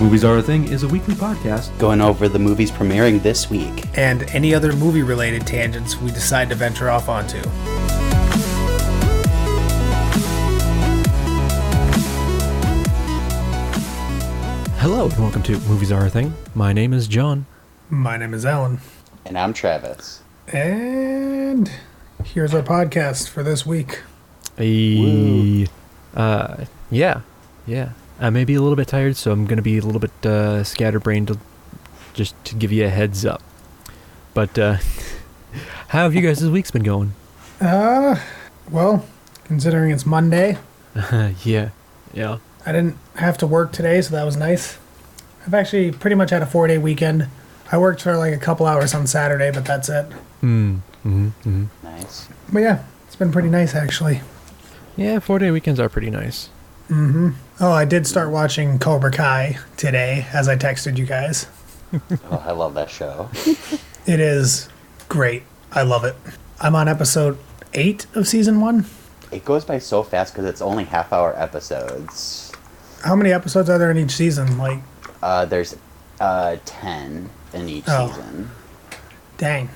Movies Are a Thing is a weekly podcast. Going over the movies premiering this week. and any other movie related tangents we decide to venture off onto. Hello and welcome to Movies Are a Thing. My name is John. My name is Alan, And I'm Travis. and here's our podcast for this week. Hey. Uh, yeah, yeah. I may be a little bit tired, so I'm going to be a little bit uh, scatterbrained to, just to give you a heads up. But uh, how have you guys' weeks been going? Uh, well, considering it's Monday, yeah, yeah. I didn't have to work today, so that was nice. I've actually pretty much had a four day weekend. I worked for like a couple hours on Saturday, but that's it. Mm, hmm hmm Nice. But yeah, it's been pretty nice actually. Yeah, four day weekends are pretty nice. Oh, I did start watching Cobra Kai today, as I texted you guys. Oh, I love that show. It is great. I love it. I'm on episode eight of season one. It goes by so fast because it's only half hour episodes. How many episodes are there in each season? Like, Uh, there's uh, 10 in each Oh. season. dang.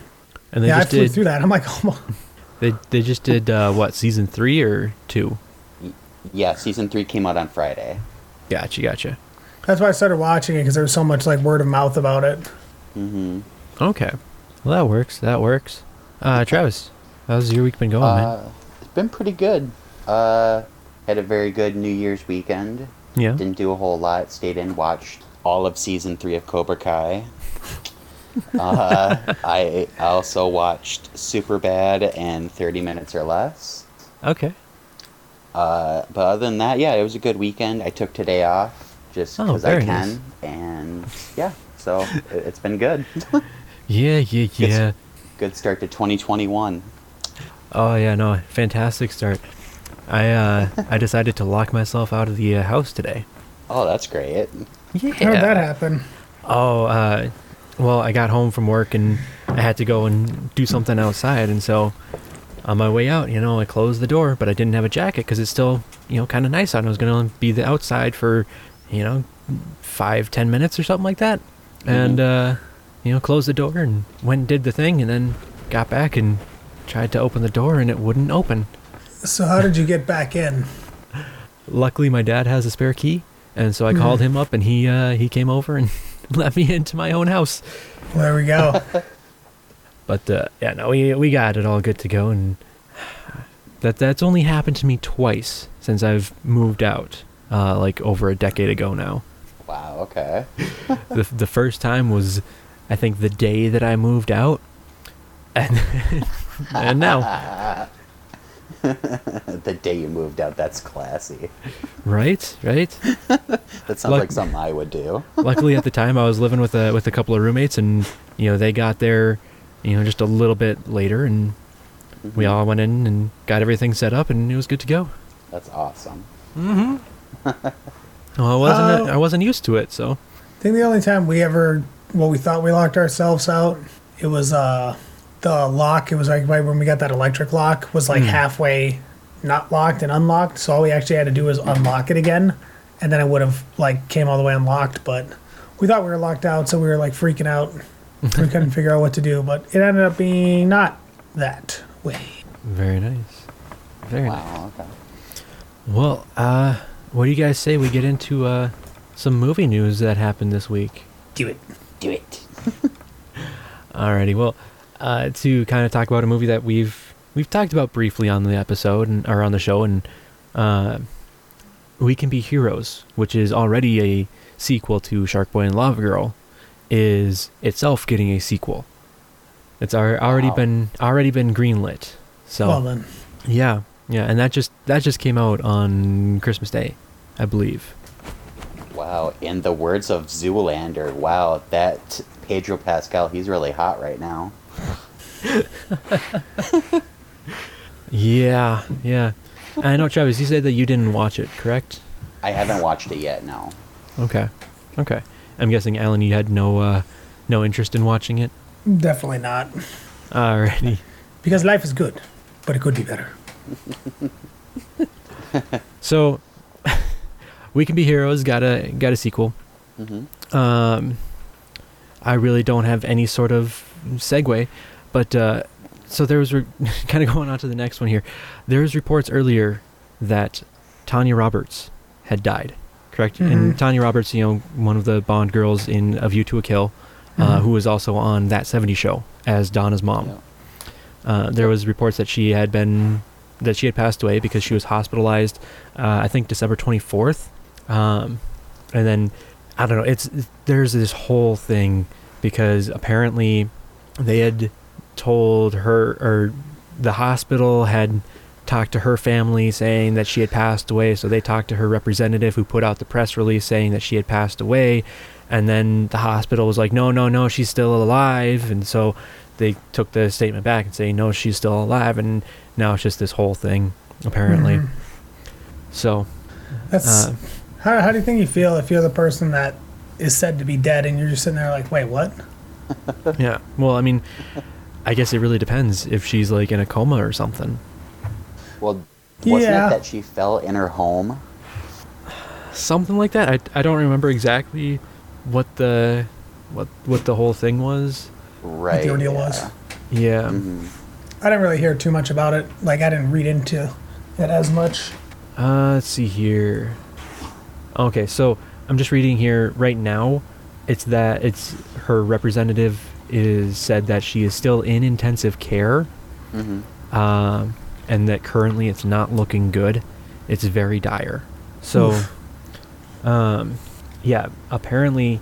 And they yeah, I just flew did. through that. I'm like, oh, They they just did uh, what season three or two? Yeah, season 3 came out on Friday. Gotcha, gotcha. that's why I started watching it because there was so much like word of mouth about it. Okay. Well, that works. That works. Uh, Travis, how's your week been going, man? Uh, it's been pretty good. Uh, had a very good New Year's weekend. Yeah. Didn't do a whole lot. Stayed in, watched all of season three of Cobra Kai. uh, I also watched Superbad and 30 Minutes or Less. Okay. Uh, but other than that, yeah, it was a good weekend. I took today off just Oh, because I very can. nice. And yeah, so it- it's been good. Yeah, yeah, yeah. good start to 2021. Oh yeah, no, fantastic start. I uh, I decided to lock myself out of the uh, house today. Oh, that's great. Yeah. How did that happen? Oh, uh, well, I got home from work and I had to go and do something outside, and so on my way out, you know, I closed the door, but I didn't have a jacket because it's still, you know, kind of nice out. and I was gonna be the outside for, you know, five ten minutes or something like that, Mm-hmm. and uh, you know, closed the door and went and did the thing, and then got back and tried to open the door and it wouldn't open. So, how did you get back in? luckily my dad has a spare key and so i called him up and he uh, he came over and let me into my own house Well, there we go. but uh, yeah no we, we got it all good to go and that that's only happened to me twice since i've moved out uh, like over a decade ago now Wow, okay. the, the first time was i think the day that i moved out and, and now the day you moved out, that's classy. right right That sounds Like- like something I would do. luckily at the time I was living with a with a couple of roommates and you know they got there you know just a little bit later and we all went in and got everything set up and it was good to go. That's awesome. Well, I wasn't Oh. I wasn't used to it so I think the only time we ever, well, we thought we locked ourselves out, it was uh the lock. It was like right when we got that electric lock was like halfway not locked and unlocked. So all we actually had to do was unlock it again, and then it would have like came all the way unlocked. But we thought we were locked out, so we were like freaking out. we couldn't figure out what to do, but it ended up being not that way. very nice, very nice. Wow, okay. Well, uh, what do you guys say we get into uh, some movie news that happened this week? Do it. Do it. Alrighty, well, uh, to kind of talk about a movie that we've we've talked about briefly on the episode and or on the show, and uh, we can be heroes, which is already a sequel to Sharkboy and Lava Girl, is itself getting a sequel. It's al- already Wow. been already been greenlit. So Well then, yeah, yeah, and that just that just came out on Christmas Day, I believe. Wow, in the words of Zoolander, wow, that Pedro Pascal, he's really hot right now. Yeah, yeah. And I know, Travis. You said that you didn't watch it, correct? I haven't watched it yet, no. Okay. Okay. I'm guessing Alan you had no uh no interest in watching it. definitely not, Alrighty. because life is good, but it could be better. So We Can Be Heroes got a got a sequel. Mm-hmm. Um, I really don't have any sort of segue, but uh, so there was re- kind of going on to the next one here. There was reports earlier that Tanya Roberts had died, correct? And Tanya Roberts, you know, one of the Bond girls in A View to a Kill, uh, who was also on that '70s show as Donna's mom. Yeah. Uh, there was reports that she had been that she had passed away because she was hospitalized. Uh, I think December 24th, um, and then I don't know. It's there's this whole thing because apparently they had told her or the hospital had talked to her family saying that she had passed away. So they talked to her representative who put out the press release saying that she had passed away. And then the hospital was like, no, no, no, she's still alive. And so they took the statement back and saying, no, she's still alive. And now it's just this whole thing, apparently. So, That's uh, how, how do you think you feel if you're the person that is said to be dead and you're just sitting there like, wait, what? yeah. Well, I mean, I guess it really depends if she's like in a coma or something. Well, wasn't Yeah. it that she fell in her home? something like that. I, I don't remember exactly what the what what the whole thing was. Right. the ordeal was. Yeah. Mm-hmm. I didn't really hear too much about it. Like I didn't read into it as much. Uh, let's see here. Okay, so I'm just reading here right now. It's that it's her representative is said that she is still in intensive care, Mm-hmm. um, and that currently it's not looking good. It's very dire. So, um, yeah, apparently,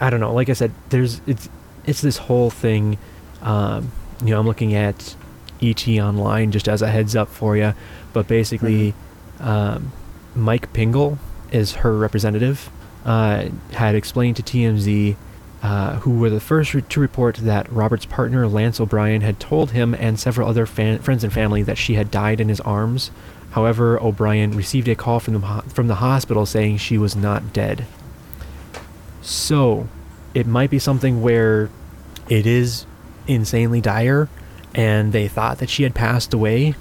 I don't know. Like I said, there's it's it's this whole thing. Um, you know, I'm looking at ET online just as a heads up for you, but basically, um, Mike Pingle is her representative. Uh, had explained to TMZ, uh, who were the first re- to report that Robert's partner Lance O'Brien had told him and several other fan- friends and family that she had died in his arms. However, O'Brien received a call from the ho- from the hospital saying she was not dead. So, it might be something where it is insanely dire, and they thought that she had passed away,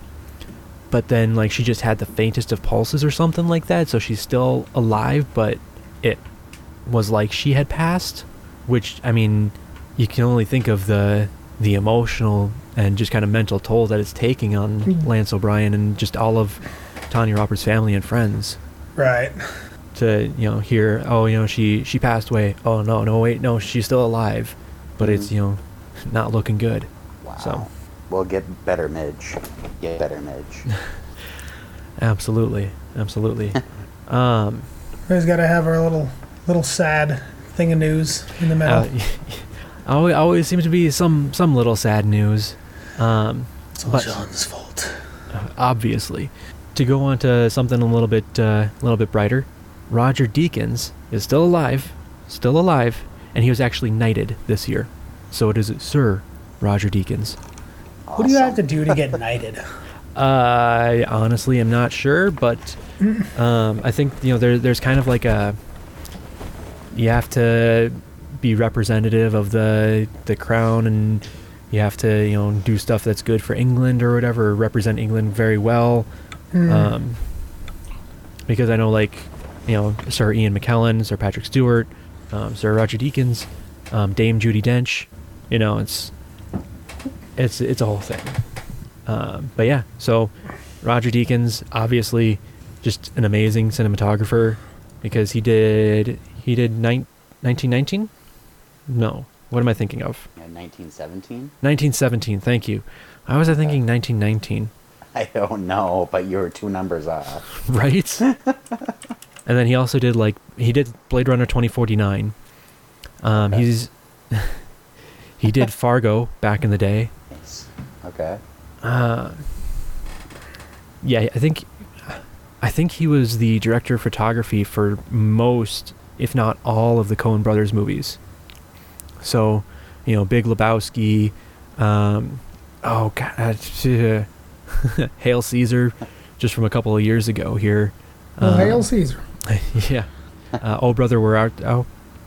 but then like she just had the faintest of pulses or something like that, so she's still alive, but it was like she had passed, which I mean, you can only think of the the emotional and just kind of mental toll that it's taking on Lance O'Brien and just all of Tanya Roberts' family and friends Right. to you know hear oh you know she she passed away oh no no wait no she's still alive but it's you know not looking good Wow. So. We'll get better, Midge. Get better, Midge. absolutely absolutely um We always got to have our little little sad thing of news in the middle. uh, always, always seems to be some some little sad news um it's all but- John's fault. obviously to go on to something a little bit uh, a little bit brighter roger deakins is still alive still alive and he was actually knighted this year so it is sir roger deakins What do you have to do to get knighted? I honestly am not sure, but um, I think you know there, there's kind of like a you have to be representative of the the crown and you have to you know do stuff that's good for England or whatever represent England very well um, because I know like you know Sir Ian McKellen, Sir Patrick Stewart, um, Sir Roger Deakins, um, Dame Judy Dench, you know it's it's it's a whole thing. Um, but yeah, so Roger Deakins, obviously, just an amazing cinematographer because he did he did nine, 1919. No, what am I thinking of? 1917? 1917. Thank you. Why was I thinking 1919? I don't know, but you were two numbers off. Right. and then he also did like he did Blade Runner 2049. Um, Okay. he's he did Fargo back in the day. Yes. Okay. yeah, I think I think he was the director of photography for most, if not all, of the Coen Brothers movies. So, you know, Big Lebowski, um, oh god, Hail Caesar, just from a couple of years ago here. Well, Um, Hail Caesar. yeah. Uh, oh brother, we're out. Oh,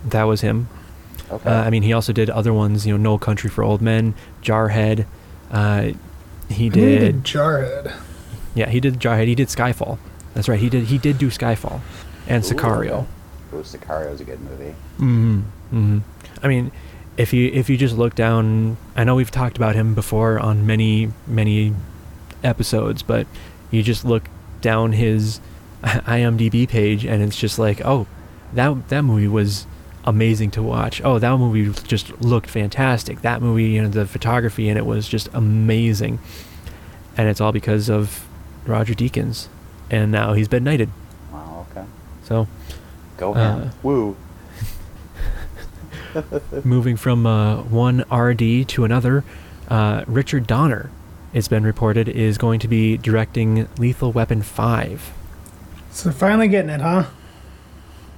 that was him. Okay. Uh, I mean, he also did other ones. You know, No Country for Old Men, Jarhead. Uh, he did Jarhead. yeah, he did Jarhead. He did Skyfall. That's right. He did. He did do Skyfall, and Sicario. Ooh. Ooh, Sicario is a good movie. Mm-hmm. hmm I mean, if you if you just look down, I know we've talked about him before on many many episodes, but you just look down his IMDb page, and it's just like, oh, that that movie was amazing to watch. Oh, that movie just looked fantastic. That movie, you know, the photography in it was just amazing, and it's all because of Roger Deakins, and now he's been knighted. Wow, okay. So Go Uh, him. Woo. moving from uh, one RD to another, uh, Richard Donner, it's been reported, is going to be directing Lethal Weapon 5. So finally getting it, huh?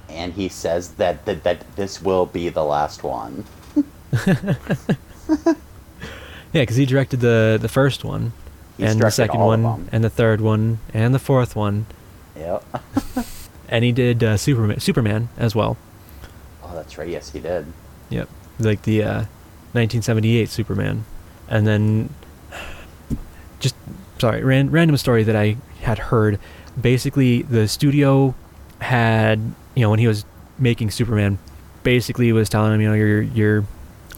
And he says that, that that this will be the last one. Yeah, because he directed the, the first one, He's and the directed second all of one, them. and the third one, and the fourth one, Yep. and he did uh, Superman, Superman as well. Oh, that's right. Yes, he did. Yep. Like the uh, 1978 Superman. And then, just, sorry, ran, random story that I had heard. Basically, the studio had, you know, when he was making Superman, basically was telling him, you know, you're, you're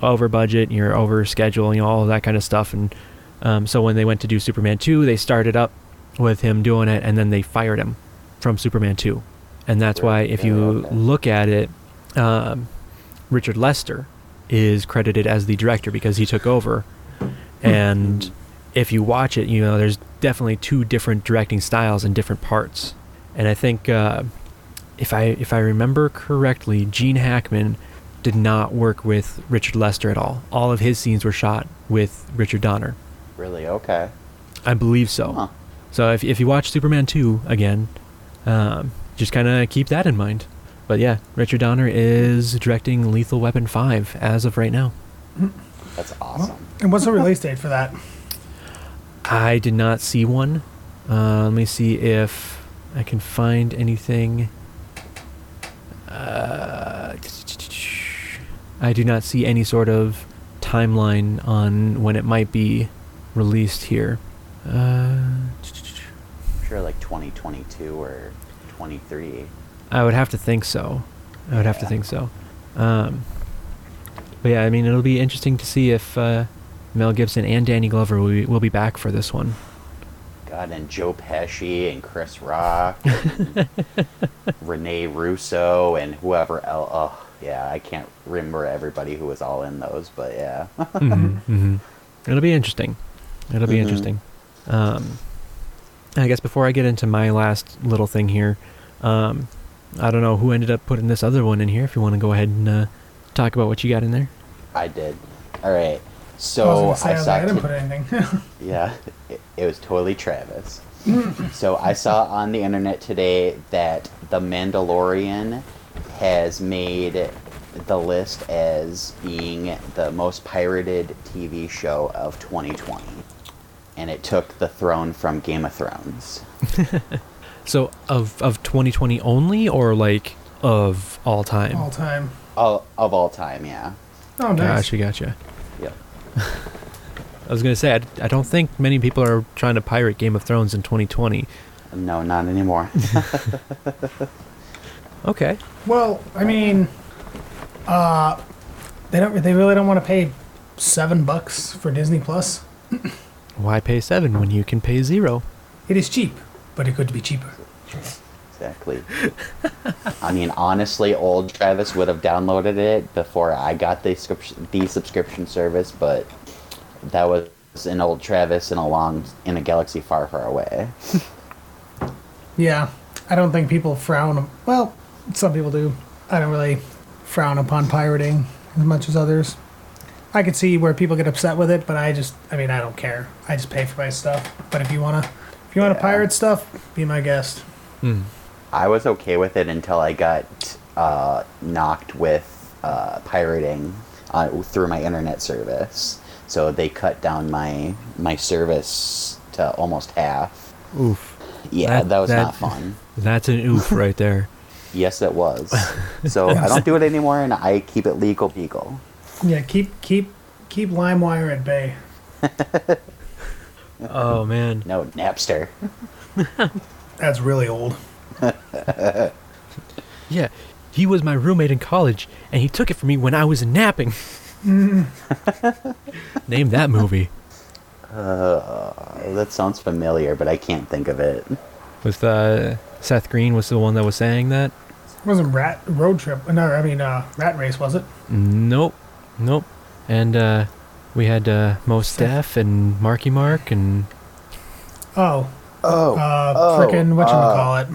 over budget, you're over schedule, you know, all that kind of stuff. And um, so when they went to do Superman 2, they started up with him doing it, and then they fired him from Superman 2. And that's why, if you Right, okay. look at it, um, Richard Lester is credited as the director because he took over. And if you watch it, you know there's definitely two different directing styles in different parts. And I think uh, if I if I remember correctly, Gene Hackman did not work with Richard Lester at all. All of his scenes were shot with Richard Donner. Really? Okay. I believe Oh. so. Huh. So if if you watch Superman two again, um, just kind of keep that in mind. But yeah, Richard Donner is directing Lethal Weapon five as of right now. That's awesome. And what's the release date for that? I did not see one. Uh, let me see if I can find anything. Uh, I do not see any sort of timeline on when it might be released here. Uh, I'm sure like 2022 or 23. I would have to think so. I would have to Yeah. think so. Um, but yeah, I mean, it'll be interesting to see if uh, Mel Gibson and Danny Glover will be, will be back for this one. God, and Joe Pesci and Chris Rock, and Rene Russo, and whoever else. Oh, yeah, I can't remember everybody who was all in those, but yeah. mm-hmm. It'll be interesting. It'll be Mhm. interesting. Um, I guess before I get into my last little thing here, um, I don't know who ended up putting this other one in here. If you want to go ahead and uh, talk about what you got in there. I did. All right. I was So gonna Oh, I, say, I, was saw. like, I didn't t- put anything. Yeah, it, it was totally Travis. so I saw on the internet today that The Mandalorian has made the list as being the most pirated TV show of 2020. And it took the throne from Game of Thrones. So of of 2020 only, or like of all time? all time. All, of all time, yeah. Oh, nice. Gotcha, gotcha. Yep. I was gonna say I, I don't think many people are trying to pirate Game of Thrones in 2020. No, not anymore. Okay. Well, I mean, uh, they don't. They really don't want to pay seven bucks for Disney Plus. Why pay seven when you can pay zero? It is cheap, but it could be cheaper. Exactly. I mean, honestly, old Travis would have downloaded it before I got the subscription, the subscription service, but that was an old Travis in a long in a galaxy far, far away. Yeah, I don't think people frown. Well, some people do. I don't really frown upon pirating as much as others. I could see where people get upset with it, but I just, I mean, I don't care. I just pay for my stuff. But if you wanna, if you wanna Yeah. pirate stuff, be my guest. I was okay with it until I got uh, knocked with uh, pirating uh, through my internet service. So they cut down my my service to almost half. Oof. Yeah, That- that, was that- not fun. That's an oof right there. Yes, it was. So I don't do it anymore, and I keep it legal, legal. Yeah, keep, keep, keep LimeWire at bay. Oh man. No, Napster. That's really old. Yeah. He was my roommate in college, and he took it from me when I was napping. Name that movie. Uh, that sounds familiar, but I can't think of it. With uh, Seth Green was the one that was saying that. It wasn't Rat Road Trip. No, I mean uh, Rat Race, was it? Nope, nope. And uh, we had uh, Mos Def and Marky Mark and Oh, Oh, uh, oh, frickin' what call it?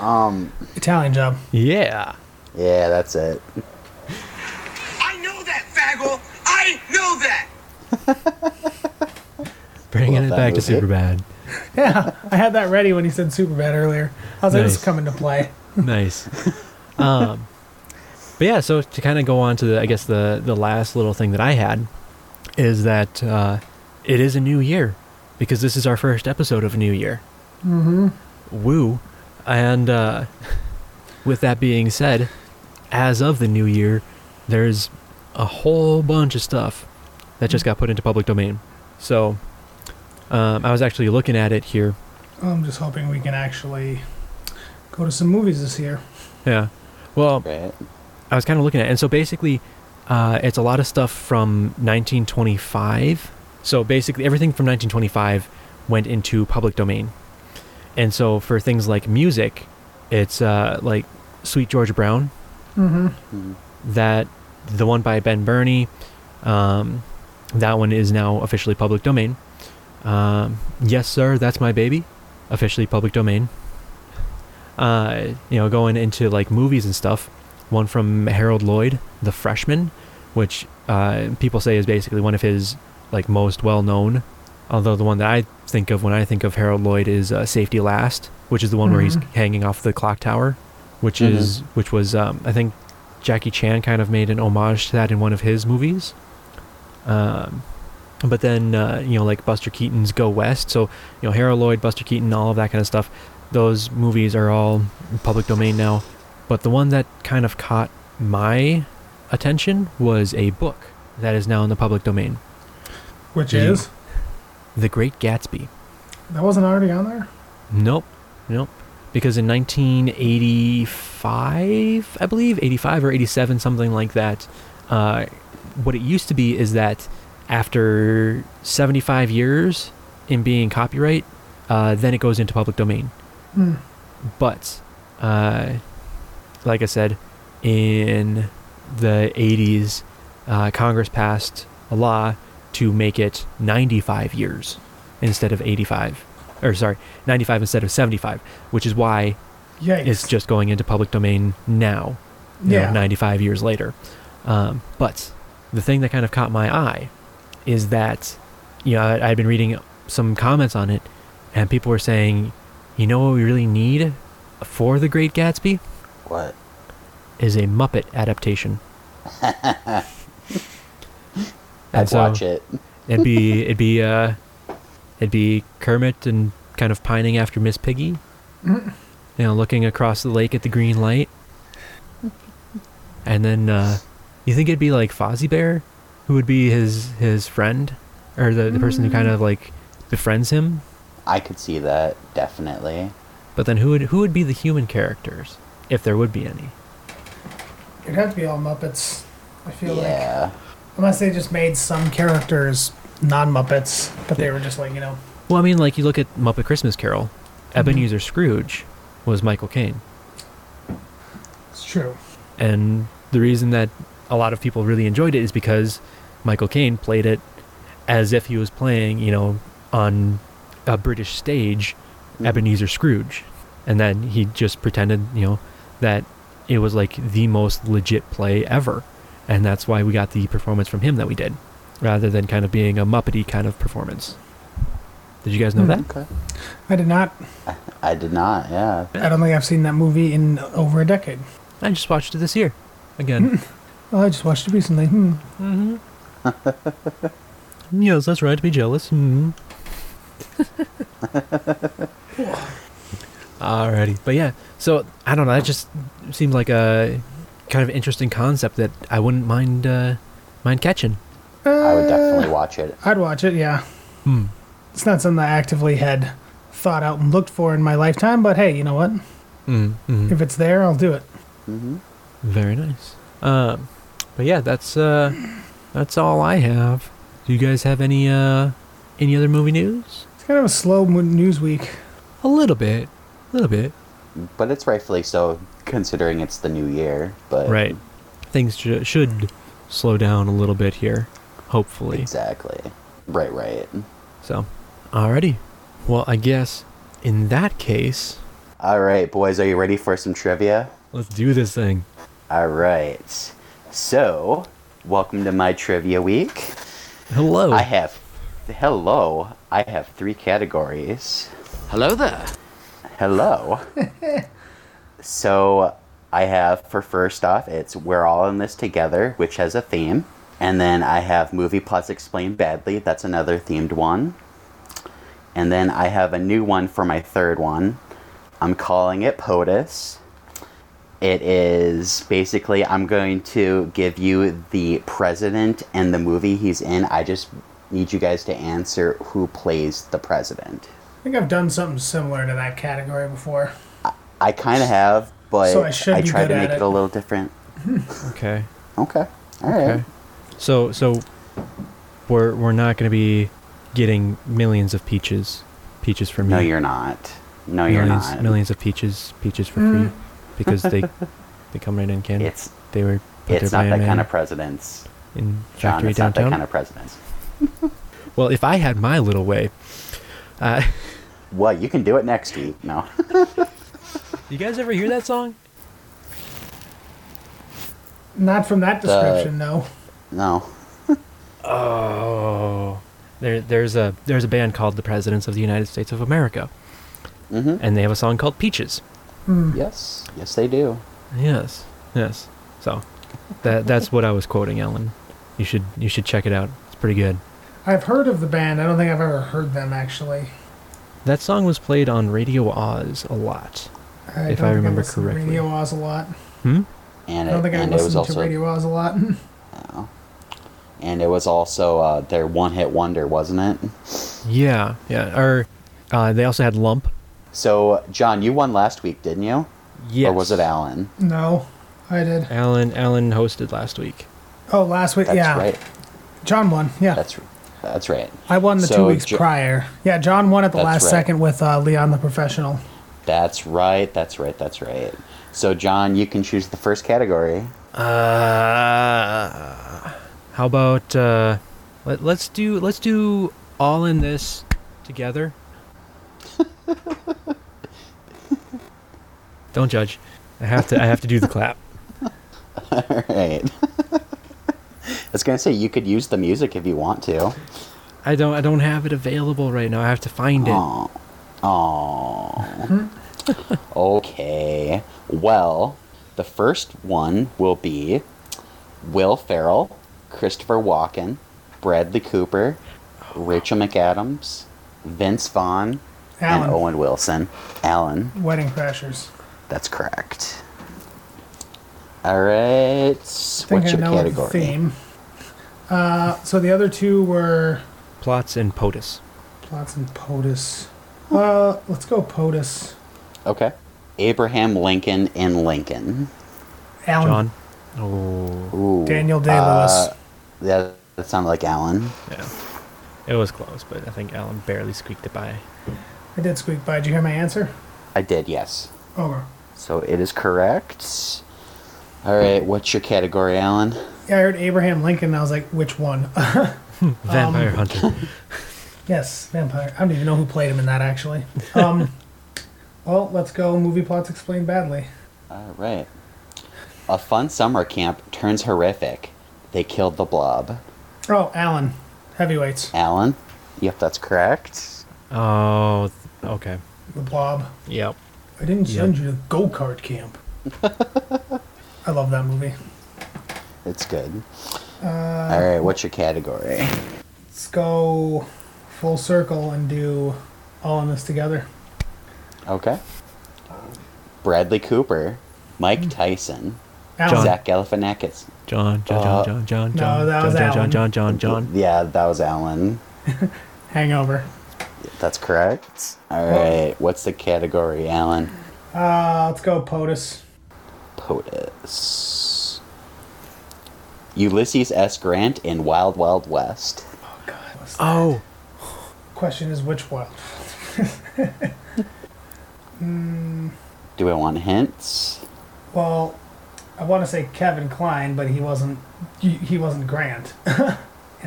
um, Italian Job. yeah. yeah, that's it. I know that, Faggle! I know that! Bringing Love it that back to movie. Superbad. Yeah, I had that ready when he said Superbad earlier. I was like, this is Nice. coming to play. nice. Um, but yeah, so to kind of go on to the, I guess the the last little thing that I had is that uh, it is a new year because this is our first episode of a new year. Mm-hmm. Woo! And uh, with that being said, as of the new year, there's a whole bunch of stuff that just got put into public domain. So um, I was actually looking at it here I'm just hoping we can actually go to some movies this year. Yeah. Well, Right? I was kind of looking at it. And so basically, uh, it's a lot of stuff from 1925. So basically, everything from 1925 went into public domain. And so for things like music, it's uh, like Sweet George Brown, Mm-hmm. Hmm. that the one by Ben Burney, um, that one is now officially public domain. Um, yes, sir, that's my baby, officially public domain. Uh, you know, going into like movies and stuff. One from Harold Lloyd, The Freshman, which uh, people say is basically one of his like most well-known. Although the one that I think of when I think of Harold Lloyd is uh, Safety Last, which is the one where he's Mhm. hanging off the clock tower, which Mhm. is which was um, I think Jackie Chan kind of made an homage to that in one of his movies. Um, but then uh, you know like Buster Keaton's Go West, so you know Harold Lloyd, Buster Keaton, all of that kind of stuff. Those movies are all public domain now. But the one that kind of caught my attention was a book that is now in the public domain, Which Yeah. is The Great Gatsby. that wasn't already on there. Nope. Nope. Because in 1985, I believe, 85 or 87, something like that, uh, what it used to be is that after 75 years in being copyright, uh, then it goes into public domain. Hmm. But, uh, like I said, in the 80s, uh, Congress passed a law to make it 95 years instead of 85. Or, sorry, 95 instead of 75, which is why Yikes. it's just going into public domain now, you know, Yeah. 95 years later. Um, but the thing that kind of caught my eye is that, you know, I, I'd been reading some comments on it, and people were saying, you know what we really need for The Great Gatsby? What? Is a Muppet adaptation. And I'd so- watch it. It'd be it'd be uh, it'd be Kermit and kind of pining after Miss Piggy. You know, looking across the lake at the green light. And then uh, you think it'd be like Fozzie Bear, who would be his his friend, or the, the person who kind of like befriends him. I could see that definitely. But then who would who would be the human characters if there would be any? It'd have to be all Muppets. I feel like Yeah. unless they just made some characters non-Muppets, but they were just like you know. Well, I mean, like you look at Muppet Christmas Carol, Ebenezer Scrooge was Michael Caine. It's true. And the reason that a lot of people really enjoyed it is because Michael Caine played it as if he was playing, you know, on a British stage, Ebenezer Scrooge. And then he just pretended, you know, that it was like the most legit play ever. And that's why we got the performance from him that we did, rather than kind of being a Muppety kind of performance. Did you guys know that? Okay. I did not. I did not. Yeah. I don't think I've seen that movie in over a decade. I just watched it this year again. Well, I just watched it recently. Hmm. Mm-hmm. yes, that's right. Be jealous. Hmm. Alrighty, but yeah. So I don't know. That just seemed like a kind of interesting concept that I wouldn't mind uh, mind catching. I would definitely watch it. Uh, I'd watch it. Yeah. Mm-hmm. Hmm. It's not something I actively had thought out and looked for in my lifetime, but hey, you know what? Mm, mm, If it's there, I'll do it. hmm Very nice. Um, but yeah, that's uh, that's all I have. Do you guys have any uh, any other movie news? It's kind of a slow mo- news week. A little bit, a little bit. But it's rightfully so, considering it's the new year. But Right. Things should, should slow down a little bit here, hopefully. Exactly. Right, right. So, alrighty. Well, I guess in that case, All right, boys, are you ready for some trivia? let's do this thing. All right. So, welcome to my trivia week. Hello. I have, hello, I have three categories. Hello there. Hello. so I have for first off, it's We're All in This Together, which has a theme. And then I have Movie Plus Explained Badly, that's another themed one. And then I have a new one for my third one. I'm calling it POTUS. It is basically, I'm going to give you the president and the movie he's in. I just need you guys to answer who plays the president. I think I've done something similar to that category before. I kind of have, but So I should I, be tried good to at make it. it. a little different. okay. Okay. All right. Okay. So so we're we're not going to be getting millions of peaches peaches from No, you. you're not. No, you're millions not. Mm. millions of peaches peaches for free because they they come right in Canada. It's they were put it's there not by a that kind man of presidents, in John. factory it's not that downtown. kind of presidents. Well, if I had my little way, uh, Well, you can do it next week. No. you guys ever hear that song? Not from Uh, that description, no. no. Oh, there, there's a there's a band called the Presidents of the United States of America, Hmm. Mm-hmm. and they have a song called Peaches. Yes. Yes, they do. Yes, yes. So, that that's what I was quoting, Ellen. You should you should check it out. It's pretty good. I've heard of the band. I don't think I've ever heard them actually. That song was played on Radio Oz a lot. I If don't I think remember listen to correctly. Radio Oz a lot. Hmm. And I don't it, think I and it was listened to also Radio Oz a lot. and it was also uh, their one-hit wonder, wasn't it? Yeah, yeah. Or uh, they also had Lump. So, John, you won last week, didn't you? Yes. Or was it Alan? no, I did. Alan Alan hosted last week. Oh, last week, That's yeah. right. John won. Yeah, That's that's right. I won the two So, weeks Jo- prior. Yeah, John won at the That's last right. second with uh, Leon the professional. That's right. That's right. That's right. So, John, you can choose the first category. Uh, how about uh, let, let's do let's do all in this together. Don't judge. I have to. I have to do the clap. All right. I was gonna say you could use the music if you want to. I don't. I don't have it available right now. I have to find it. Oh. Oh. okay. Well, the first one will be Will Ferrell, Christopher Walken, Bradley Cooper, Rachel McAdams, Vince Vaughn, Alan, and Owen Wilson. Alan. Wedding Crashers. That's correct. All right. What's think your I know category? the theme. Uh, so the other two were Plots and POTUS. Plots and POTUS. Uh, let's go POTUS. Okay. Abraham Lincoln and Lincoln. Alan John. Oh. Ooh. Daniel Day uh, Lewis. yeah, that sounded like Alan. Yeah. It was close, but I think Alan barely squeaked it by. I did squeak by. Did you hear my answer? I did, yes. Over. So it is correct. All right. What's your category, Alan? Yeah, I heard Abraham Lincoln. and I was like, which one? Vampire Um. Hunter. yes, vampire. I don't even know who played him in that actually. Um, well, let's go. Movie plots explained badly. All right. A fun summer camp turns horrific. They killed the blob. Oh, Alan, heavyweights, Alan? Yep, that's correct. Oh. Okay. the Blob. Yep. I didn't Yeah. send you to go kart camp. I love that movie. It's good. All right. What's your category? Let's go full circle and do all in this together. Okay. Bradley Cooper, Mike Tyson, Alan. John. Zach Galifianakis. John. John. Uh, John. John. John. no, John. that was John, John. Alan. John. John. John. Yeah, that was Alan. Hangover. That's correct. All right. What's the category, Alan? Uh, let's go POTUS. POTUS. Ulysses S. Grant in Wild Wild West. Oh, Question is which one? Do I want hints? Well, I want to say Kevin Klein, but he wasn't. He, he wasn't Grant, and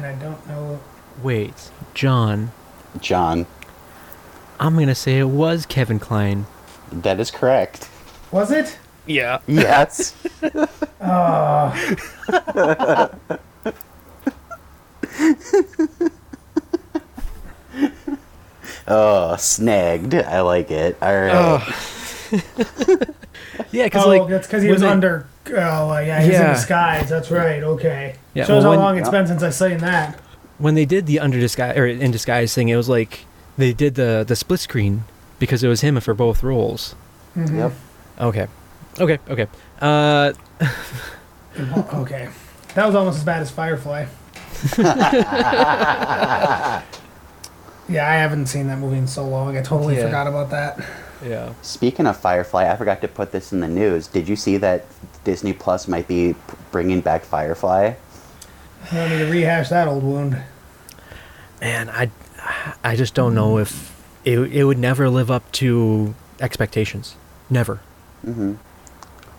I don't know. wait, John. John, I'm gonna say it was Kevin Klein. that is correct. Was it? Yeah. Yes. Ah. oh, snagged. I like it. All right. Yeah, because Oh, like that's because he when was they- under. Oh, yeah, he's in Yeah. the skies. That's right. Okay. Yeah, Shows well, how when- long it's been since I've seen that. when they did the under disguise or in disguise thing. It was like they did the the split screen because it was him for both roles. Mm-hmm. Yep. Okay, okay, okay. Uh, okay. That was almost as bad as Firefly. yeah, I haven't seen that movie in so long. I totally Yeah. forgot about that. yeah. Speaking of Firefly, I forgot to put this in the news. Did you see that Disney Plus might be p- bringing back Firefly? I don't need to rehash that old wound. Man, I I just don't know if it it would never live up to expectations. Never. Mm-hmm.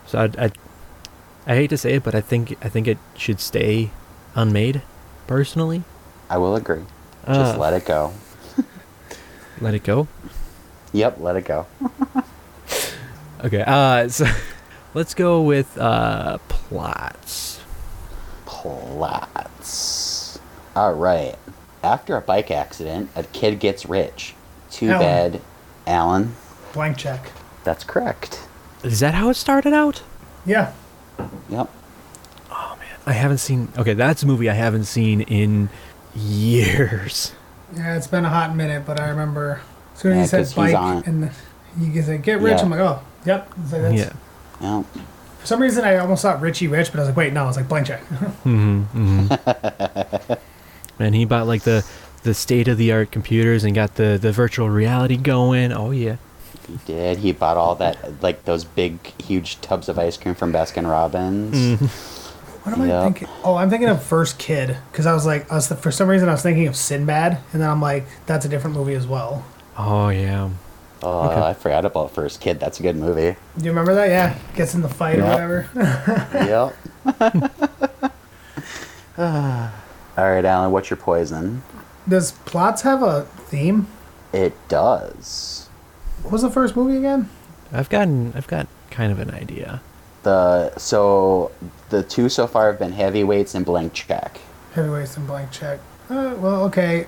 So I, I I hate to say it, but I think I think it should stay unmade. Personally, I will agree. Just Ah. let it go. let it go. Yep, let it go. Okay. Uh, so let's go with uh plots. Plots. All right. After a bike accident, a kid gets rich. Too Alan. bad, Alan. Blank check. That's correct. Is that how it started out? Yeah. Yep. I haven't seen. Okay, that's a movie I haven't seen in years. Yeah, it's been a hot minute, but I remember as soon Yeah, as 'cause he said he's bike on it. and the, you said get rich, Yeah. I'm like, oh, yep. It's like, that's- Yeah. Yep. For some reason, I almost thought Richie Rich, but I was like, wait, no, it's like blank check. And he bought like the the state of the art computers and got the the virtual reality going. Oh yeah. He did. He bought all that, like those big, huge tubs of ice cream from Baskin Robbins. What am I Yep. thinking? Oh, I'm thinking of First Kid because I was like, I was for some reason I was thinking of Sinbad, and then I'm like, that's a different movie as well. Oh yeah. Oh, I forgot about First Kid. That's a good movie. Do you remember that? Yeah, gets in the fight Yeah. or whatever. yep. all right, Alan, what's your poison? Does plots have a theme? It does. What was the first movie again? I've gotten I've got kind of an idea. The so the two so far have been heavyweights and blank check. Heavyweights and blank check. Uh, well, okay,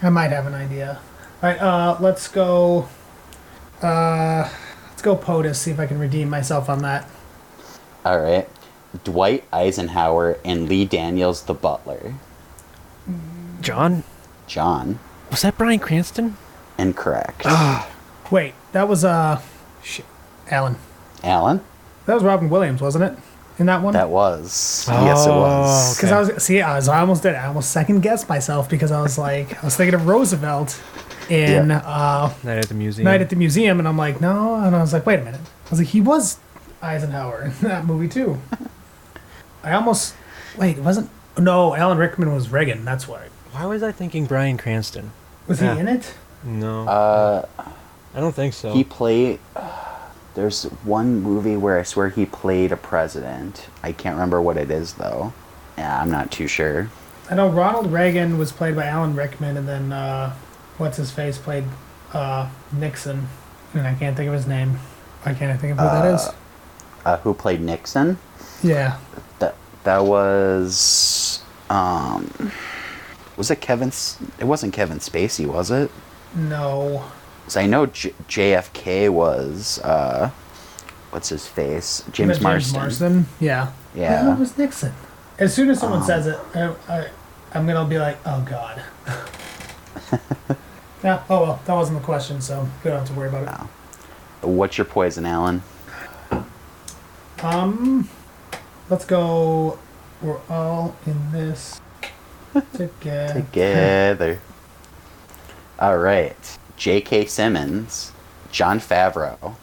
I might have an idea. All right, uh, let's go. Uh, let's go POTUS. See if I can redeem myself on that. All right. Dwight Eisenhower and Lee Daniels the butler. John, John, was that Brian Cranston? incorrect. Wait, that was uh, shit, Alan. Alan, That was Robin Williams, wasn't it? In that one. that was. yes, it was. Because I was see, I was I almost did. it. I almost second guessed myself because I was like, I was thinking of Roosevelt in Yeah. uh, Night at the museum. Night at the Museum, and I'm like, no, and I was like, wait a minute. I was like, he was Eisenhower in that movie too. I almost wait, it wasn't no, Alan Rickman was Reagan. That's why. Why was I thinking Brian Cranston? Was he Yeah. in it? No. Uh, I don't think so. he played. There's one movie where I swear he played a president. I can't remember what it is though. Yeah, I'm not too sure. I know Ronald Reagan was played by Alan Rickman, and then uh, what's his face played uh, Nixon, and I can't think of his name. Why can't I think of who that is? Uh, who played Nixon? Yeah. That that was. Um, was it Kevin? S- It wasn't Kevin Spacey, was it? No. So I know J- JFK was uh, what's his face? James, James Marston. Marston. Yeah. Yeah. Um, Who was Nixon? As soon as someone says it, I, I, I'm gonna be like, oh god. yeah. Oh well, that wasn't the question, so we don't have to worry about Oh. it. What's your poison, Alan? Um, let's go. We're all in this together. Together. All right. J.K. Simmons, John Favreau,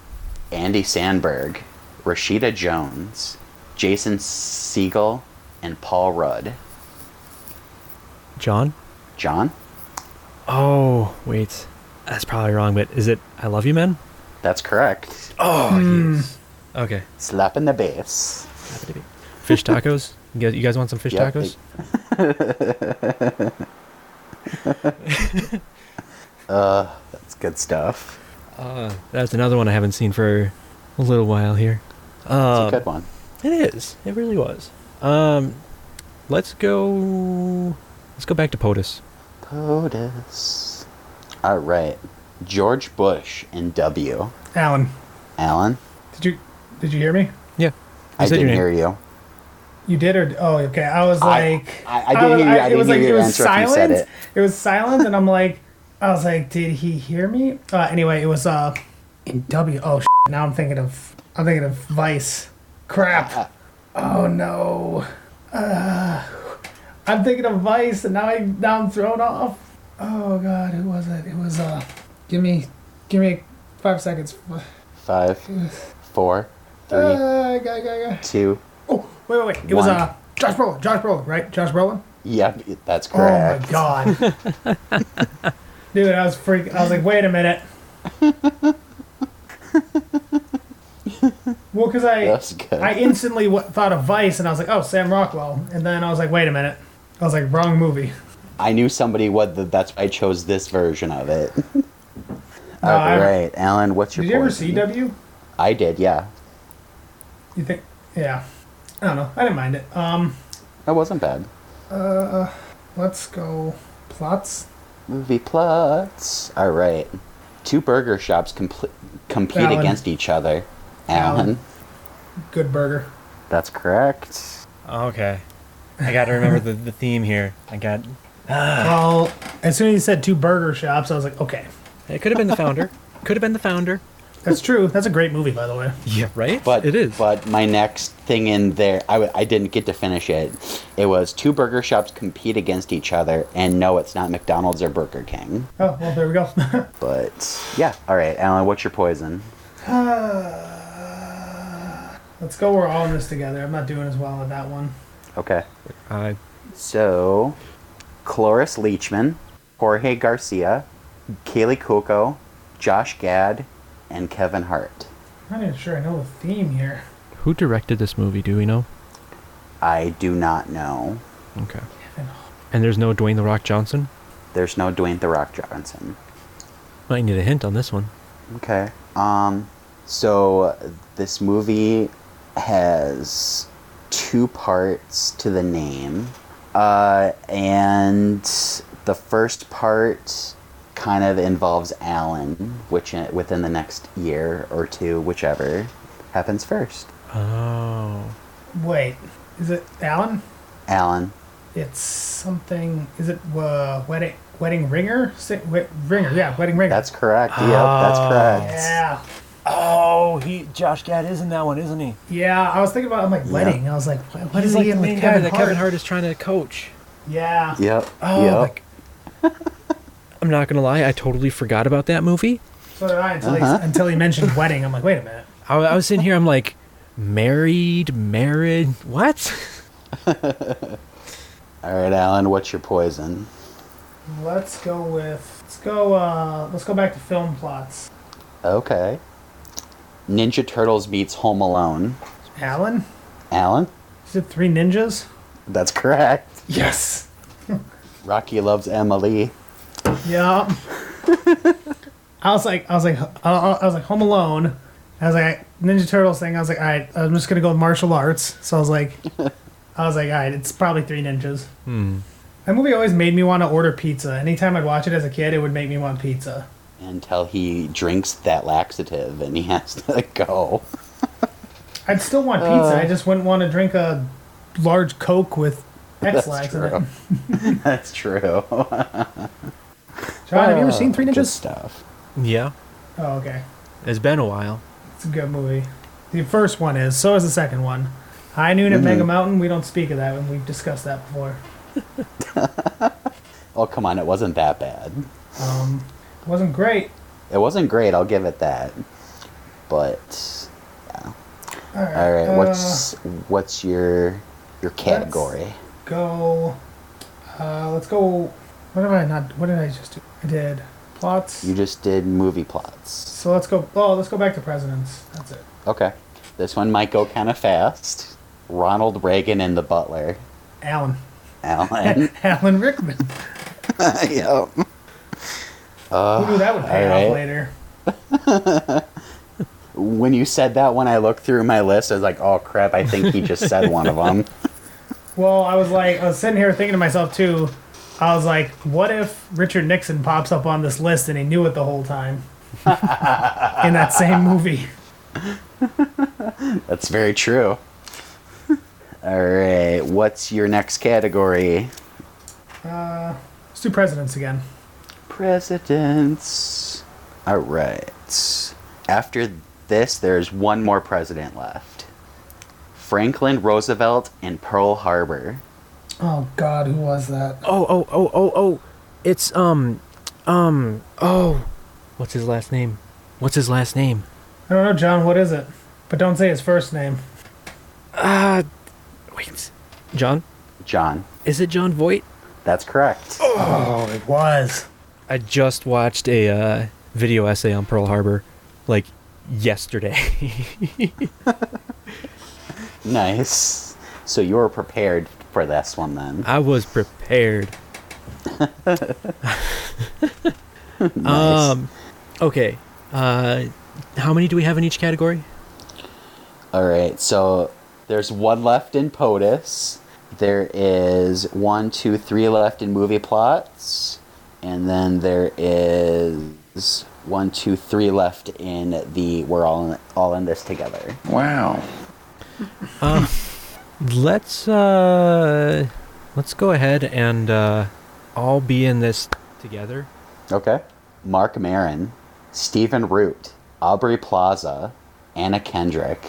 Andy Sandberg, Rashida Jones, Jason Siegel, and Paul Rudd. John? John? Oh, wait. That's probably wrong, but is it I Love You Men? That's correct. Oh, yes. Okay. Slap in the base. Fish tacos? You guys, you guys want some fish Yep, tacos? Uh, that's good stuff. Uh, that's another one I haven't seen for a little while here. It's Um, Uh, a good one. It is. It really was. Um, let's go. Let's go back to POTUS. POTUS. All right. George Bush and W. Alan, Alan, did you did you hear me? Yeah. I, said didn't your name. hear you. You did or oh okay. I was I- like I- I didn't was- hear you. I it didn't was hear like your it was answer if you silent. said it. was silent, and I'm like, I was like, did he hear me? Uh, anyway, it was uh, in W. Oh, shit, now I'm thinking of I'm thinking of Vice. Uh-huh. Crap. Oh no. Uh, I'm thinking of Vice, and now I now I'm thrown off. Oh god, who was it? It was uh, give me, give me five seconds. Five, four, three, Uh, guy, guy, guy. two. Oh wait, wait, wait. It was One. uh, Josh Brolin. Josh Brolin, right? Josh Brolin. Yep, that's Oh correct. my god. Dude, I was freaking I was like, wait a minute. well, because I That's good. I instantly w- thought of Vice, and I was like, oh, Sam Rockwell, and then I was like, wait a minute, I was like, wrong movie. I knew somebody would. th- That's why I chose this version of it. All I- right, Alan. What's your? Did you ever poison? see W? I did. Yeah, You think? Yeah, I don't know. I didn't mind it. Um, that wasn't bad. let's go plots. Movie plots. All right, two burger shops compl- compete Alan. against each other. Alan, Alan. Good Burger. that's correct. Okay. I got to remember the, the theme here. I got. Ah. Well, as soon as you said two burger shops, I was like, okay, It could have been the founder. Could have been the founder. that's true. That's a great movie, by the way. Yeah. Right. But it is. But my next thing in there, I, w- I didn't get to finish it. It was two burger shops compete against each other, and no, it's not McDonald's or Burger King. Oh well, there we go. But yeah, all right, Alan. What's your poison? Uh, Let's go. We're all in this together. I'm not doing as well with that one. Okay. I So, Cloris Leachman, Jorge Garcia, Kaylee Cuoco, Josh Gad, and Kevin Hart. I'm not even sure I know the theme here. who directed this movie? Do we know? I do not know. Okay. And there's no Dwayne the Rock Johnson. There's no Dwayne the Rock Johnson. Might need a hint on this one. Okay. Um. So this movie has two parts to the name, uh, and the first part kind of involves Alan, which i- within the next year or two, whichever happens first. Oh. Wait, is it Alan? Alan. It's something. Is it uh, wedding wedding ringer? Si- we- ringer, yeah, wedding ringer. That's correct. Yep, that's Ah. correct. yeah, Oh, he Josh Gad is in that one, isn't he? yeah. I was thinking about. I'm like wedding. I was like, what, what is he in with Kevin that Hart? Kevin Hart is trying to coach. Yeah. Yep. Oh, yep. like, I'm not gonna lie, I totally forgot about that movie. So did I until, he, until he mentioned wedding. I'm like, wait a minute. I, I was sitting here, I'm like, married, married, what? All right, Alan. What's your poison? Let's go with. Let's go. Uh, let's go back to film plots. Okay. Ninja Turtles meets Home Alone. Alan, Alan. is it Three Ninjas? That's correct. Yes. Rocky loves Emily. Yeah. I was like, I was like, I I was like Home Alone. I was like Ninja Turtles thing. I was like, all right, I'm just gonna go with martial arts. So I was like, I was like, all right, it's probably Three Ninjas. Hmm. That movie always made me want to order pizza. Anytime I'd watch it as a kid, it would make me want pizza. Until he drinks that laxative and he has to go. I'd still want pizza. I just wouldn't want to drink a large Coke with X lax in it. John, That's true. have you ever seen Three Good Ninjas? stuff. yeah, Oh, okay. it's been a while. It's a good movie. The first one is. So is the second one. High Noon at Mm-hmm. Mega Mountain. We don't speak of that, and we've discussed that before. Oh, come on. It wasn't that bad. Um, it wasn't great. It wasn't great. I'll give it that. But, yeah. All right, uh, what's what's your your category? Go. Uh, let's go. What did I not? What did I just do? I did plots. You just did movie plots. so let's go. Oh, let's go back to presidents. That's it. Okay, this one might go kind of fast. Ronald Reagan and the Butler. Alan. Alan. Alan Rickman. yep. Who knew that would pay Uh, all right. off later? When you said that, when I looked through my list, I was like, "Oh crap! I think he just said one of them." Well, I was like, I was sitting here thinking to myself too. I was like, what if Richard Nixon pops up on this list and he knew it the whole time? In that same movie. That's very true. All right, what's your next category? Let's do presidents again. Presidents. All right. After this, there's one more president left Franklin Roosevelt and Pearl Harbor. Oh God, who was that? Oh, oh, oh, oh, oh. It's um um oh what's his last name? What's his last name? I don't know, John. What is it? But don't say his first name. Uh wait. John? John. Is it John Voight? That's correct. Oh, it was. I just watched a uh, video essay on Pearl Harbor like yesterday. Nice. So you were prepared for this one then. I was prepared. Nice. Um okay. Uh how many do we have in each category? All right, so there's one left in POTUS. There is one, two, three left in movie plots, and then there is one, two, three left in the we're all in, all in this together. Wow. Let's uh let's go ahead and uh all be in this together. Okay. Mark Marin, Stephen Root, Aubrey Plaza, Anna Kendrick,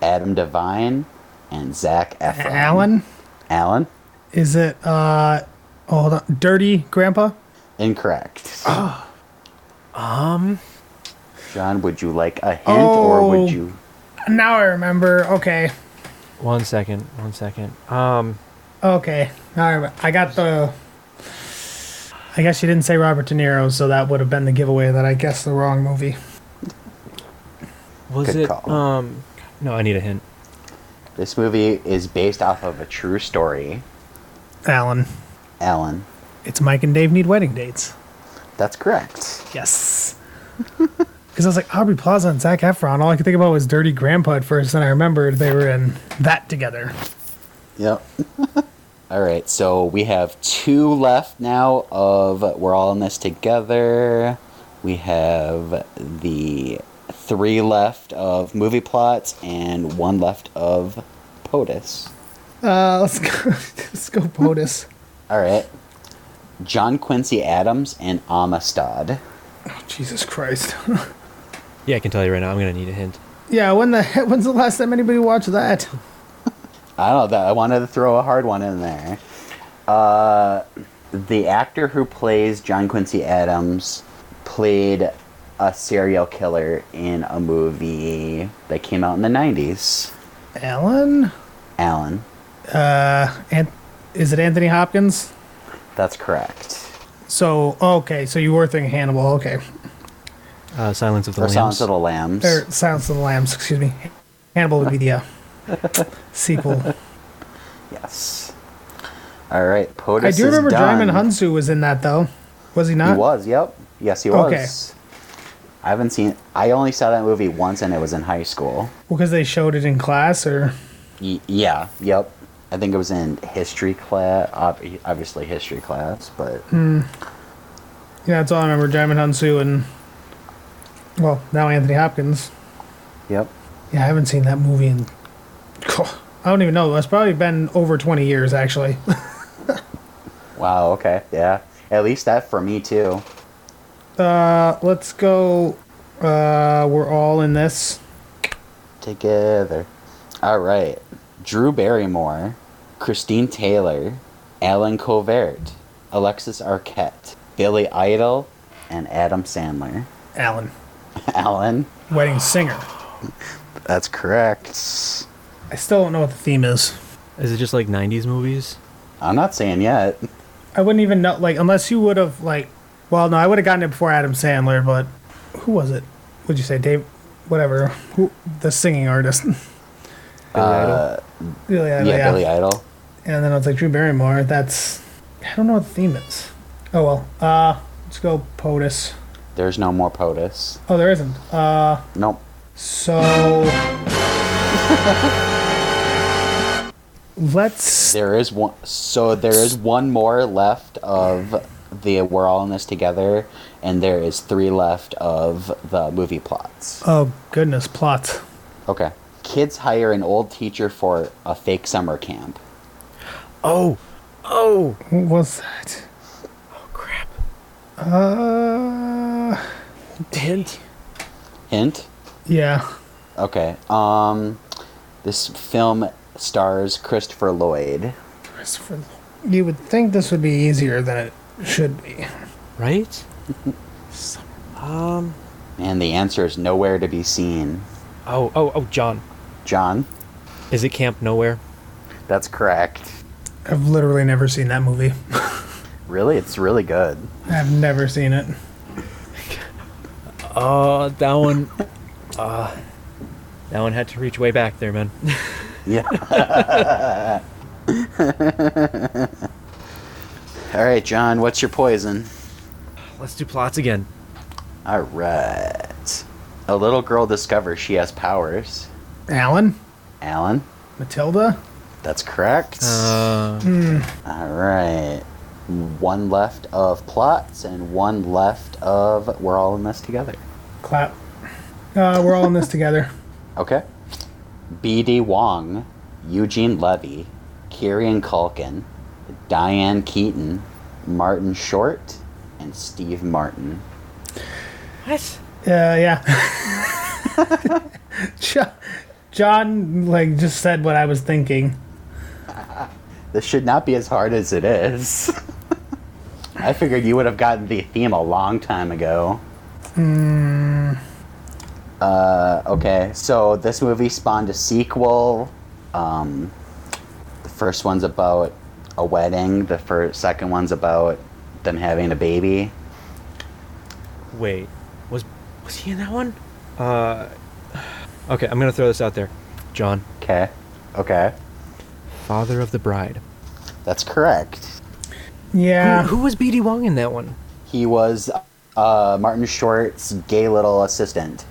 Adam Devine, and Zach Efron. Alan? Alan. Is it? uh oh, Hold on. Dirty Grandpa. Incorrect. um. John, would you like a hint, or Oh. would you? Now I remember. Okay. One second, one second. Um Okay. All right. I got the. I guess you didn't say Robert De Niro, so that would have been the giveaway that I guessed the wrong movie. was Good it call. um no, I need a hint. This movie is based off of a true story. Alan, Alan, it's Mike and Dave need wedding dates. that's correct. Yes. Because I was like Aubrey Plaza and Zach Efron. All I could think about was Dirty Grandpa at first, and I remembered they were in that together. Yep. all right, so we have two left now of We're All in This Together. We have the three left of movie plots and one left of POTUS. Uh, let's go. let's go POTUS. All right. John Quincy Adams and Amistad. Oh, Jesus Christ. Yeah, I can tell you right now I'm gonna need a hint. yeah. When the when's the last time anybody watched that? I don't know. That I wanted to throw a hard one in there. Uh, the actor who plays John Quincy Adams played a serial killer in a movie that came out in the '90s. Alan. Alan, Uh, and is it Anthony Hopkins? that's correct. So okay, so you were thinking Hannibal. Okay, Uh Silence of the Or Lambs. Silence of the Lambs. or Silence of the Lambs. Excuse me. Hannibal would be the uh, sequel. Yes. All right. POTUS I do remember is done. Diamond Hunsu was in that though. Was he not? He was. Yep. Yes, he Okay. was. I haven't seen. I only saw that movie once, and it was in high school. because they showed it in class, or Y- yeah. Yep. I think it was in history class. Ob- obviously, history class, but yeah, that's all I remember. Diamond Hunsu and well, now Anthony Hopkins. yep. Yeah, I haven't seen that movie in. I don't even know. That's probably been over twenty years, actually. Wow. Okay. Yeah. At least that for me too. Uh, let's go. Uh, we're all in this. Together. All right. Drew Barrymore, Christine Taylor, Alan Covert, Alexis Arquette, Billy Idol, and Adam Sandler. Alan, Alan. wedding singer. That's correct. I still don't know what the theme is. Is it just like 90s movies? I'm not saying yet. I wouldn't even know, like, unless you would have, like, well, no, I would have gotten it before Adam Sandler, but who was it? Would you say Dave? Whatever, who, the singing artist. Billy Uh, Yeah, Idol, Oh, yeah. Billy Idol. And then I was like Drew Barrymore. That's I don't know what the theme is. Oh well. Uh, let's go POTUS. There's no more POTUS. Oh, there isn't. Uh, Nope. so let's. There is one. So there is one more left of the "We're All in This Together," and there is three left of the movie plots. Oh goodness, plot. Okay. Kids hire an old teacher for a fake summer camp. Oh, oh, What was that? crap. Uh, Hint. Hint. yeah. Okay. Um, this film stars Christopher Lloyd. Christopher- You would think this would be easier than it should be. Right? um. And the answer is nowhere to be seen. Oh, oh, oh, John. John, Is it Camp Nowhere? that's correct. I've literally never seen that movie. Really? It's really good. I've never seen it. Uh, that one. uh, that one had to reach way back there, man. Yeah. All right, John, what's your poison? Let's do plots again. All right. A little girl discovers she has powers. Alan, Alan, Matilda. that's correct. Uh, All right. One left of plots and one left of we're all in this together. Clap. Uh, we're all in this together. Okay. B.D. Wong, Eugene Levy, Kieran Culkin, Diane Keaton, Martin Short, and Steve Martin. what? Uh, Yeah, yeah. Jo- John, like, just said what I was thinking. This should not be as hard as it is. I figured you would have gotten the theme a long time ago. Uh, okay, so this movie spawned a sequel. Um, the first one's about a wedding. The first, second one's about them having a baby. Wait, was was he in that one? Uh, okay, I'm gonna throw this out there. John, Okay. Okay. father of the bride. That's correct. Yeah. Who, who was BD Wong in that one? He was uh, Martin Short's gay little assistant.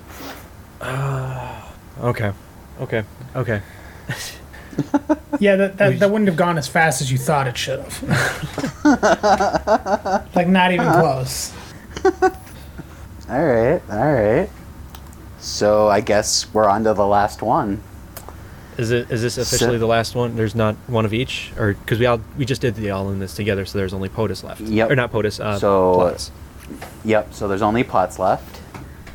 Okay, okay, okay. Yeah, that, that, that wouldn't have gone as fast as you thought it should have. like, not even close. All right. All right. So I guess we're on to the last one. Is it is this officially the last one? There's not one of each, or because we all we just did the all in this together, so there's only POTUS left. Yep. Or not POTUS. Uh, So- plots. Yep. So there's only plots left,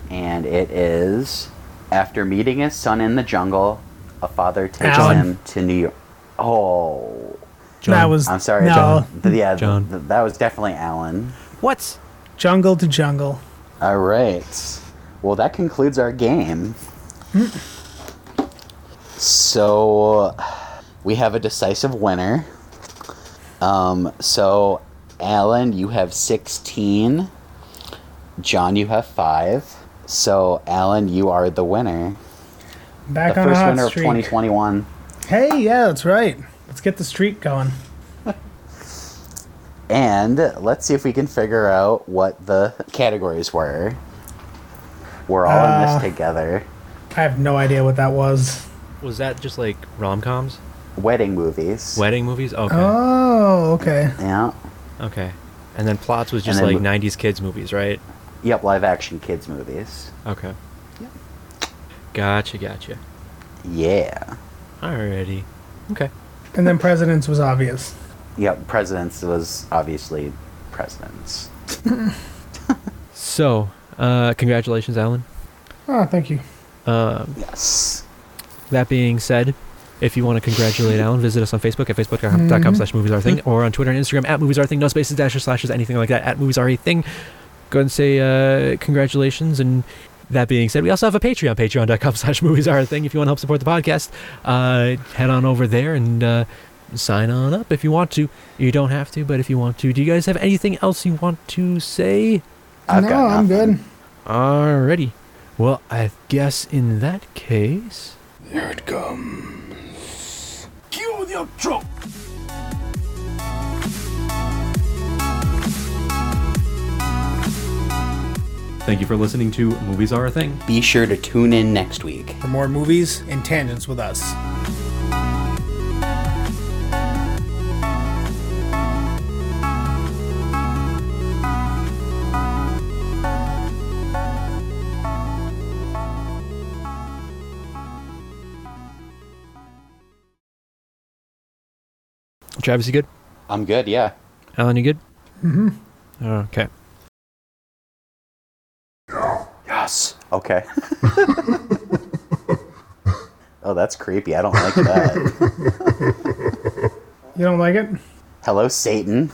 and it is after meeting his son in the jungle, a father takes Alan. him to New York. Oh, That John, was I'm sorry. No, John. Th- Yeah, th- John. th- that was definitely Alan. what? jungle to jungle. All right. Well, that concludes our game. So we have a decisive winner. Um, so, Alan, you have 16. John, you have 5. So, Alan, you are the winner. Back the on a first hot winner streak. of 2021. Hey, yeah, that's right. Let's get the streak going. And let's see if we can figure out what the categories were. We're all in Uh, this together. I have no idea what that was. Was that just like rom coms, Wedding movies. wedding movies? Okay, Oh, okay. yeah. okay. And then plots was just then like mo- '90s kids movies, right? Yep, live action kids movies. Okay. Yep. Gotcha, gotcha. Yeah. Alrighty. Okay. And then Presidents was obvious. Yep, Presidents was obviously Presidents. So, uh, congratulations, Alan. Oh, thank you. Yes. That being said, if you want to congratulate Alan, visit us on Facebook at facebook.com slash movies are a thing or on Twitter and Instagram at movies are a thing, no spaces, dashes, slashes, anything like that, at movies are a thing. Go and say uh, congratulations and That being said, we also have a Patreon, patreon.com slash movies are a thing. If you want to help support the podcast, uh, head on over there and uh, sign on up if you want to. You don't have to, but if you want to. Do you guys have anything else you want to say? I've no, got I'm nothing. good. Alrighty. Well, I guess in that case. Here it comes. Thank you for listening to Movies Are a Thing. Be sure to tune in next week. For more movies and tangents with us. Travis, you good? I'm good, yeah. Alan, you good? Mm-hmm. Okay. Yes. Okay. oh, that's creepy. I don't like that. You don't like it? Hello, Satan.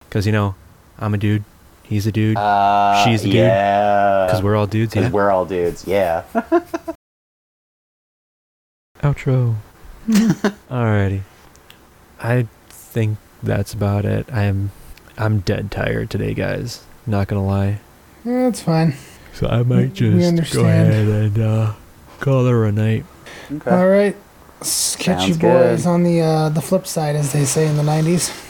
Because, you know, I'm a dude. He's a dude. Uh, She's a dude. yeah. Because we're all dudes. Because Yeah. we're all dudes. Yeah. Outro. Alrighty. I think that's about it. I'm I'm dead tired today, guys. Not gonna lie. That's Eh, fine. So I might just go understand. ahead and uh, call her a night. Okay. All right. Catch Sounds you boys good. on the uh, the flip side, as they say in the '90s.